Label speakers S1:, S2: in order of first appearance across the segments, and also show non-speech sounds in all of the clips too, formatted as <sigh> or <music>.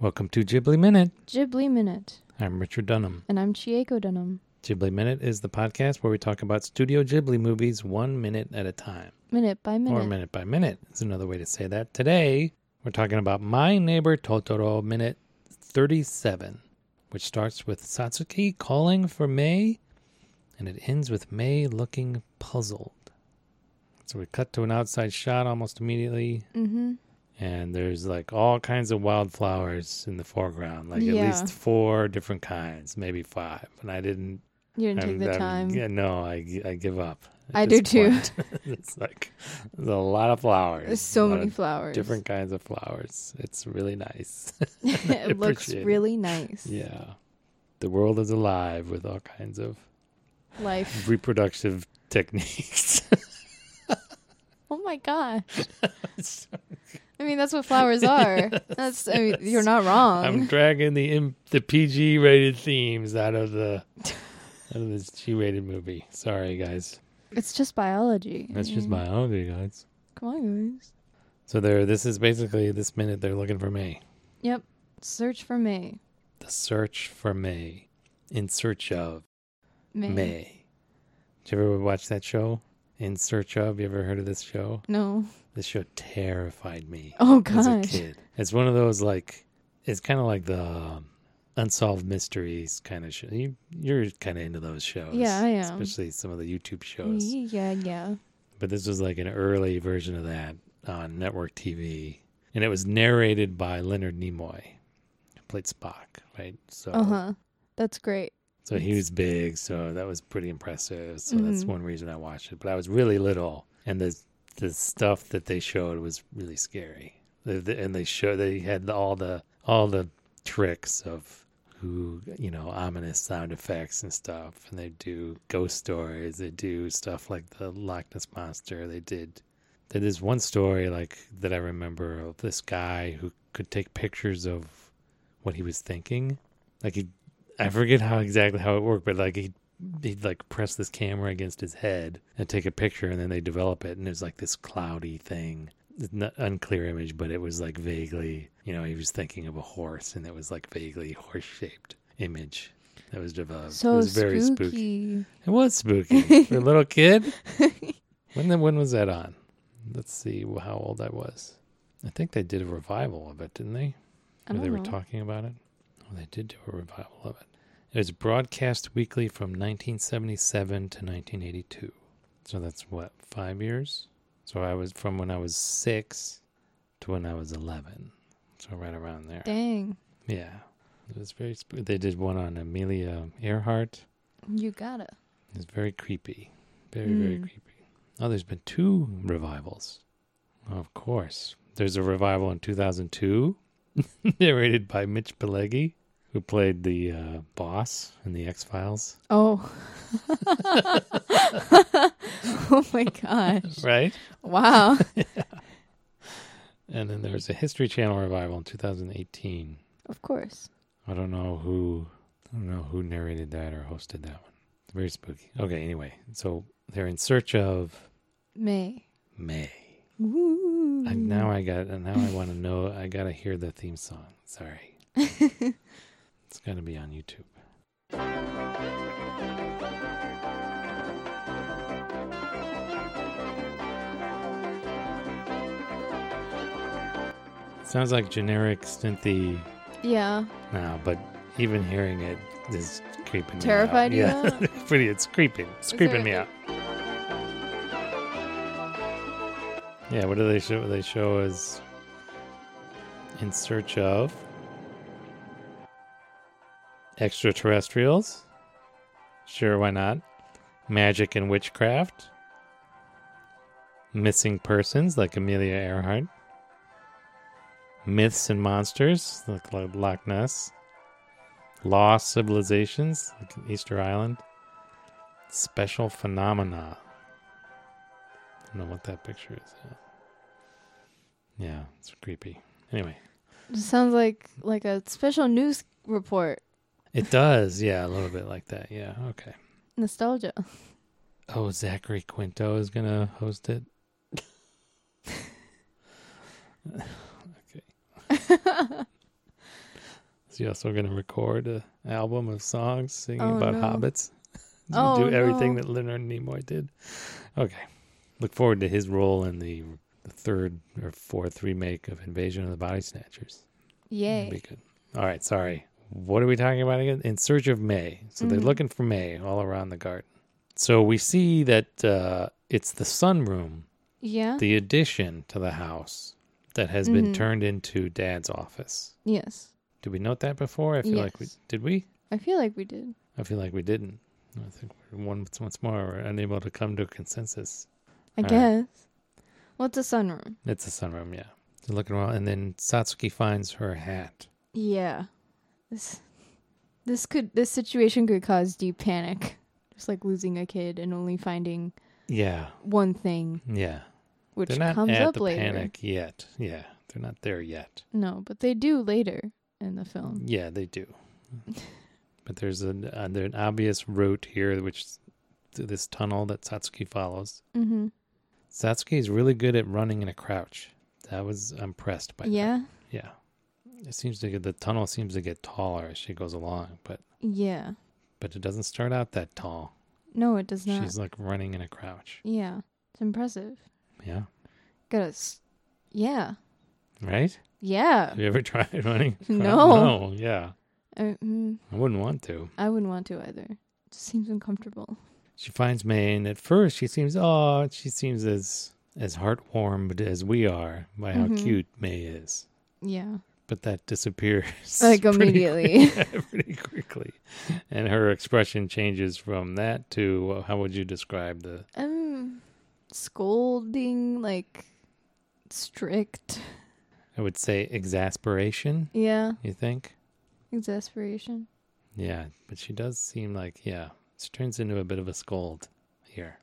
S1: Welcome to Ghibli Minute.
S2: Ghibli Minute.
S1: I'm Richard Dunham.
S2: And I'm Chieko Dunham.
S1: Ghibli Minute is the podcast where we talk about Studio Ghibli movies one minute at a time,
S2: Minute by minute.
S1: or minute by minute is another way to say that. Today, we're talking about My Neighbor Totoro Minute 37, which starts with Satsuki calling for May and it ends with May looking puzzled. So we cut to an outside shot almost immediately.
S2: Mm-hmm.
S1: and there's like all kinds of wildflowers in the foreground, like at
S2: Yeah.
S1: least four different kinds, maybe five. And I didn't
S2: You didn't
S1: I'm-
S2: take the
S1: I'm-
S2: time.
S1: Yeah, no, I gi- I give up. at
S2: I
S1: this
S2: do too.
S1: point. <laughs> it's like there's a lot of flowers.
S2: There's so
S1: a lot
S2: many
S1: of
S2: flowers.
S1: different <laughs> kinds of flowers. It's really nice.
S2: <laughs>
S1: <laughs>
S2: it looks
S1: appreciate it.
S2: really nice.
S1: yeah, the world is alive with all kinds of <laughs>
S2: Life.
S1: reproductive techniques. <laughs>
S2: Oh my gosh.
S1: It's-
S2: I mean, that's
S1: <laughs>
S2: what flowers are. That's. I mean, you're not wrong.
S1: I'm dragging the M- the PG rated themes out of the out of this G rated movie. Sorry guys.
S2: <laughs> It's just biology. I
S1: That's just
S2: mean,
S1: biology, guys.
S2: Come on, guys.
S1: So they're this is basically this minute they're looking for May.
S2: Yep. Search for May.
S1: The search for May. In search of
S2: May.
S1: May. Did you ever watch that show? In search of? You ever heard of this show?
S2: No.
S1: This show terrified me
S2: Oh
S1: as a
S2: gosh.
S1: kid. It's one of those like it's kind of like the um, unsolved mysteries kind of show. You, you're kind of into those shows.
S2: Yeah, I am.
S1: Especially some of the YouTube shows.
S2: Yeah, yeah.
S1: But this was like an early version of that on network TV. And it was narrated by Leonard Nimoy, who played Spock, right? So
S2: Uh huh. That's great.
S1: so he was big, so that was pretty impressive. So that's
S2: Mhm.
S1: one reason I watched it. But I was really little, and the the stuff that they showed was really scary. The, the, and they show they had all the all the tricks of who you know ominous sound effects and stuff, and they do ghost stories. They do stuff like the Loch Ness monster. They did. There is one story like that I remember of this guy who could take pictures of what he was thinking. Like he I forget how exactly how it worked, but like he'd, he'd like press this camera against his head and take a picture, and then they develop it, and it's like this cloudy thing. It's not unclear image, but it was like vaguely, you know, he was thinking of a horse, and it was like vaguely <laughs> horse shaped image that was developed. it
S2: So
S1: was very spooky.
S2: spooky.
S1: It was spooky for a little kid. When the, when was that on? Let's see how old I was. I think they did a revival of it, didn't they? Or
S2: I don't
S1: they were
S2: know.
S1: talking about it. Well, they did do a revival of it. It was broadcast weekly from 1977 to 1982. So that's what, five years? So I was from when I was six to when I was 11. So right around there.
S2: Dang.
S1: Yeah. It was very, sp- they did one on Amelia Earhart.
S2: You gotta.
S1: It's very creepy. Very, very
S2: Mm.
S1: creepy. Oh, there's been two revivals. Of course. There's a revival in 2002, <laughs> narrated by Mitch Pileggi, who played the uh, boss in The X Files.
S2: Oh. <laughs> oh my gosh.
S1: Right?
S2: Wow.
S1: <laughs> And then there's a History Channel revival in 2018.
S2: Of course.
S1: I don't know who I don't know who narrated that or hosted that one. Very spooky. Okay, anyway. So they're in search of
S2: May.
S1: May.
S2: Woo.
S1: I, now I got. and Now I want to know. I gotta hear the theme song. Sorry,
S2: <laughs>
S1: it's gonna be on YouTube. Sounds like generic synthy
S2: yeah.
S1: now, but even hearing it is creeping
S2: Terrified
S1: me
S2: you
S1: out. Yeah, <laughs> pretty. It's creeping. It's creeping
S2: there
S1: me
S2: a-
S1: out. Yeah, what do they show? They show is in search of extraterrestrials. Sure, why not? Magic and witchcraft. Missing persons like Amelia Earhart. Myths and monsters like Lo- Loch Ness. Lost civilizations like Easter Island. Special phenomena. I don't know what that picture is. Yeah, yeah it's creepy. Anyway,
S2: It sounds like like a special news report.
S1: it does. Yeah, a little bit like that. Yeah, okay.
S2: Nostalgia.
S1: Oh, Zachary Quinto is gonna host
S2: <laughs>
S1: it. okay. So you're also going to record an album of songs singing
S2: Oh,
S1: about
S2: no.
S1: hobbits. You
S2: Oh,
S1: do everything
S2: no.
S1: that Leonard Nimoy did. Okay. Look forward to his role in the, the third or fourth remake of Invasion of the Body Snatchers. That'd
S2: Yay.
S1: be good. All right, sorry. What are we talking about again? In search of May. So they're
S2: Mhm.
S1: looking for May all around the garden. So we see that uh, it's the sunroom,
S2: Yeah.
S1: the addition to the house that has been
S2: Mhm.
S1: turned into Dad's office.
S2: Yes.
S1: Did we note that before? I feel like we
S2: Yes.
S1: did. We?
S2: I feel like we did.
S1: I feel like we didn't. I think we're once once more we're unable to come to a consensus. All
S2: I
S1: right.
S2: guess. What's a sunroom?
S1: It's a sunroom, yeah. They're looking around, and then Satsuki finds her hat.
S2: Yeah. This this could this situation could cause deep panic. Just like losing a kid and only finding
S1: Yeah,
S2: one thing
S1: yeah.
S2: which
S1: they're not
S2: comes
S1: at
S2: up
S1: the
S2: later.
S1: panic yet. Yeah, they're not there yet.
S2: No, but they do later in the film.
S1: Yeah, they do. but there's an uh, there an obvious route here, which is th- this tunnel that Satsuki follows.
S2: Mhm.
S1: Satsuki is really good at running in a crouch. I was impressed by that.
S2: Yeah.
S1: Yeah. It seems to get the tunnel seems to get taller as she goes along, but
S2: Yeah.
S1: but it doesn't start out that tall.
S2: No, it does not.
S1: She's like running in a crouch.
S2: Yeah. It's impressive.
S1: Yeah.
S2: Got to s- Yeah.
S1: Right?
S2: Yeah.
S1: Have you ever <laughs> tried running? in a crouch? <laughs>
S2: No.
S1: No, yeah.
S2: I, mm,
S1: I wouldn't want to.
S2: I wouldn't want to either. It just seems uncomfortable.
S1: She finds May and at first she seems oh she seems as as heartwarmed as we are by how
S2: Mhm.
S1: cute May is.
S2: Yeah.
S1: But that disappears
S2: <laughs>
S1: <laughs>
S2: Like
S1: pretty
S2: immediately.
S1: quick- <laughs> pretty quickly. And her expression changes from that to uh, how would you describe the
S2: <laughs> I'm scolding, like strict.
S1: I would say exasperation,
S2: Yeah.
S1: you think?
S2: Exasperation.
S1: Yeah, but she does seem like, yeah, she turns into a bit of a scold here.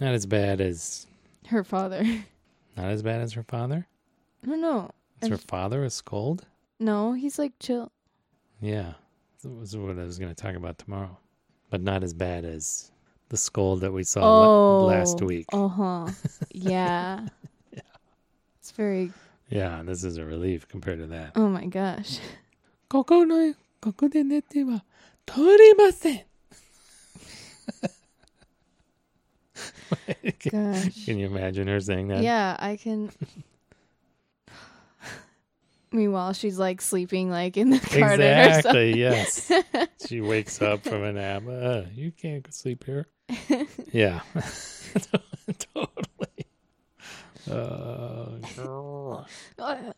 S1: Not as bad as,
S2: Her father. <laughs>
S1: not as bad as her father?
S2: No, no.
S1: Is her
S2: As-
S1: father a scold?
S2: No, he's like chill.
S1: Yeah, that was what I was going to talk about tomorrow. But not as bad as the scold that we saw la- last week. <laughs>
S2: Uh huh. Yeah. It's very.
S1: Yeah, this is a relief compared to that.
S2: Oh my gosh.
S1: ここの、ここで寝ては通りません。 <laughs>
S2: Gosh.
S1: Can you imagine her saying that?
S2: Yeah, I can.
S1: <laughs>
S2: Meanwhile, she's like sleeping, like in the garden or
S1: Exactly.
S2: something.
S1: Yes. she wakes up from a nap. Uh, you can't go sleep here. yeah. <laughs> totally. Uh, grr.
S2: Ugh.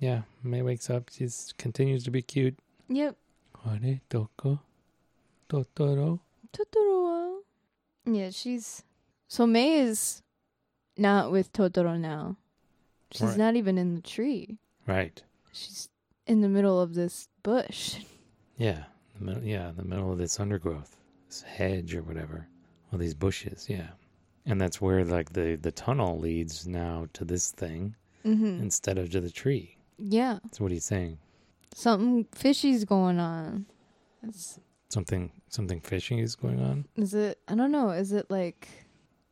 S1: yeah. May wakes up. She continues to be cute.
S2: <laughs> yep.
S1: Are doko? Totoro?
S2: Totoro. Yeah, she's. So May is not with Totoro now. She's
S1: Right.
S2: not even in the tree.
S1: Right.
S2: She's in the middle of this bush.
S1: Yeah. The middle, yeah. The middle of this undergrowth, this hedge or whatever. All these bushes. Yeah. And that's where like the the tunnel leads now to this thing
S2: Mm-hmm.
S1: instead of to the tree.
S2: Yeah.
S1: That's what he's saying.
S2: Something fishy's going on. It's,
S1: something something fishy is going on.
S2: is it? I don't know. Is it like.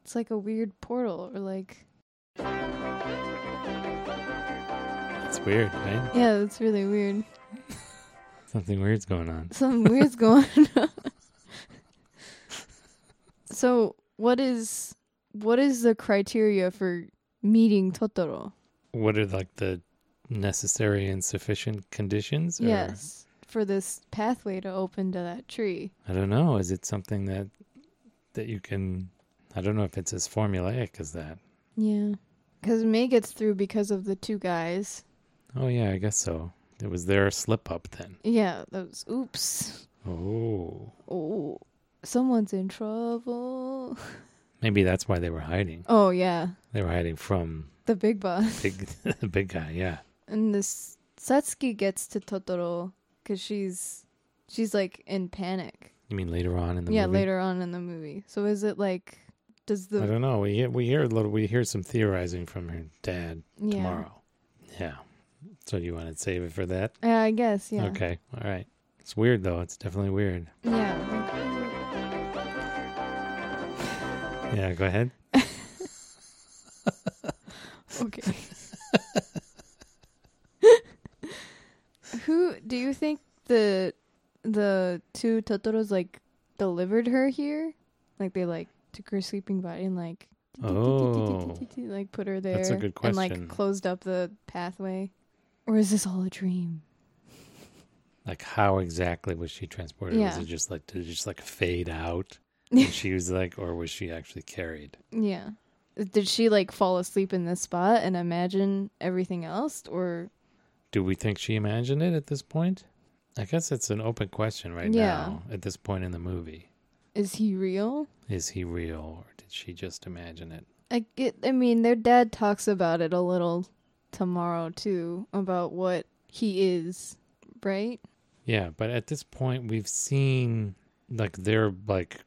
S2: It's like a weird portal or like.
S1: It's weird, right?
S2: Yeah, that's really weird.
S1: Something weird's going on.
S2: Something weird's going <laughs> on. so, what is what is the criteria for meeting Totoro?
S1: What are like the necessary and sufficient conditions? or-
S2: Yes, for this pathway to open to that tree.
S1: I don't know. Is it something that that you can? I don't know if it's as formulaic as that.
S2: Yeah. Cuz May gets through because of the two guys.
S1: Oh yeah, I guess so. It was their slip up then.
S2: Yeah, those oops.
S1: Oh,
S2: Oh, someone's in trouble.
S1: maybe that's why they were hiding.
S2: Oh yeah,
S1: They were hiding from
S2: the big boss.
S1: big <laughs> the big guy. Yeah,
S2: And this Satsuki gets to Totoro cuz she's she's like in panic.
S1: you mean later on in the
S2: yeah
S1: movie?
S2: later on in the movie so is it like does
S1: I
S2: the
S1: don't know. We hear, we hear a little. We hear some theorizing from her dad
S2: yeah
S1: tomorrow. Yeah. So you want to save it for that?
S2: yeah i guess yeah
S1: Okay. All right. It's weird though. It's definitely weird.
S2: yeah
S1: Yeah. Go ahead.
S2: okay who do you think the the two Totoros like delivered her here. Like they like took her sleeping body and like
S1: Oh.
S2: like put her there.
S1: That's a good
S2: And
S1: question.
S2: like closed up the pathway. Or is this all a dream?
S1: Like how exactly was she transported? Was
S2: Yeah.
S1: it just like did it just like fade
S2: <laughs>
S1: out? And she was like, or was she actually carried?
S2: Yeah. Did she like fall asleep in this spot and imagine everything else or
S1: Do we think she imagined it at this point? I guess it's an open question right
S2: Yeah.
S1: now at this point in the movie.
S2: is he real?
S1: Is he real or did she just imagine it?
S2: I get, I mean, their dad talks about it a little tomorrow too about what he is, right?
S1: Yeah, but at this point we've seen like they're like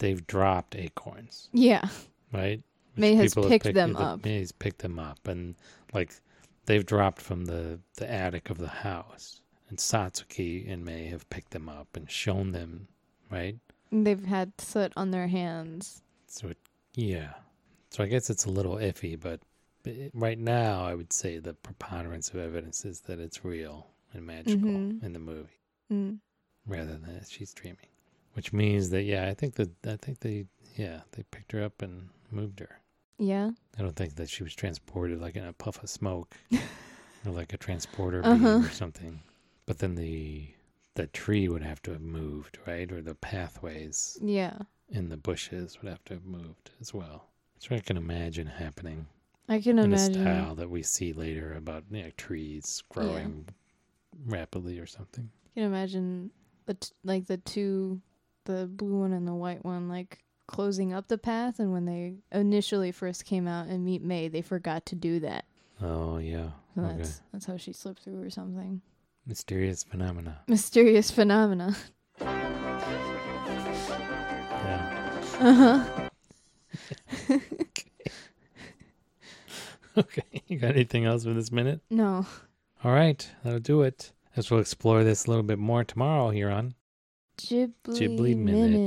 S1: they've dropped acorns,
S2: Yeah.
S1: right?
S2: May has
S1: people have
S2: picked them up.
S1: May has picked them up and like they've dropped from the the attic of the house. And Satsuki and May have picked them up and shown them, right?
S2: And They've had soot on their hands.
S1: So it, yeah. So I guess it's a little iffy, but it- right now I would say the preponderance of evidence is that it's real and magical
S2: Mhm.
S1: in the movie
S2: Mm.
S1: rather than that she's dreaming. Which means that yeah, I think that I think they yeah, they picked her up and moved her.
S2: Yeah.
S1: I don't think that she was transported like in a puff of smoke or like a transporter
S2: Uh-huh.
S1: beam or something. But then the the tree would have to have moved, right? Or the pathways
S2: Yeah.
S1: in the bushes would have to have moved as well. So I can imagine happening
S2: I can
S1: in
S2: imagine.
S1: a style that we see later about you know, trees growing rapidly or something.
S2: I can imagine the t- like the two, the blue one and the white one, like closing up the path. And when they initially first came out and meet May, they forgot to do that.
S1: Oh yeah,
S2: So
S1: okay.
S2: that's that's how she slipped through or something.
S1: Mysterious phenomena.
S2: Mysterious phenomena. <laughs>
S1: Yeah. <laughs>
S2: Uh huh.
S1: Okay. You got anything else for this minute?
S2: No.
S1: All right, that'll do it. As we'll explore this a little bit more tomorrow here on
S2: Ghibli,
S1: Ghibli Minute.
S2: minute.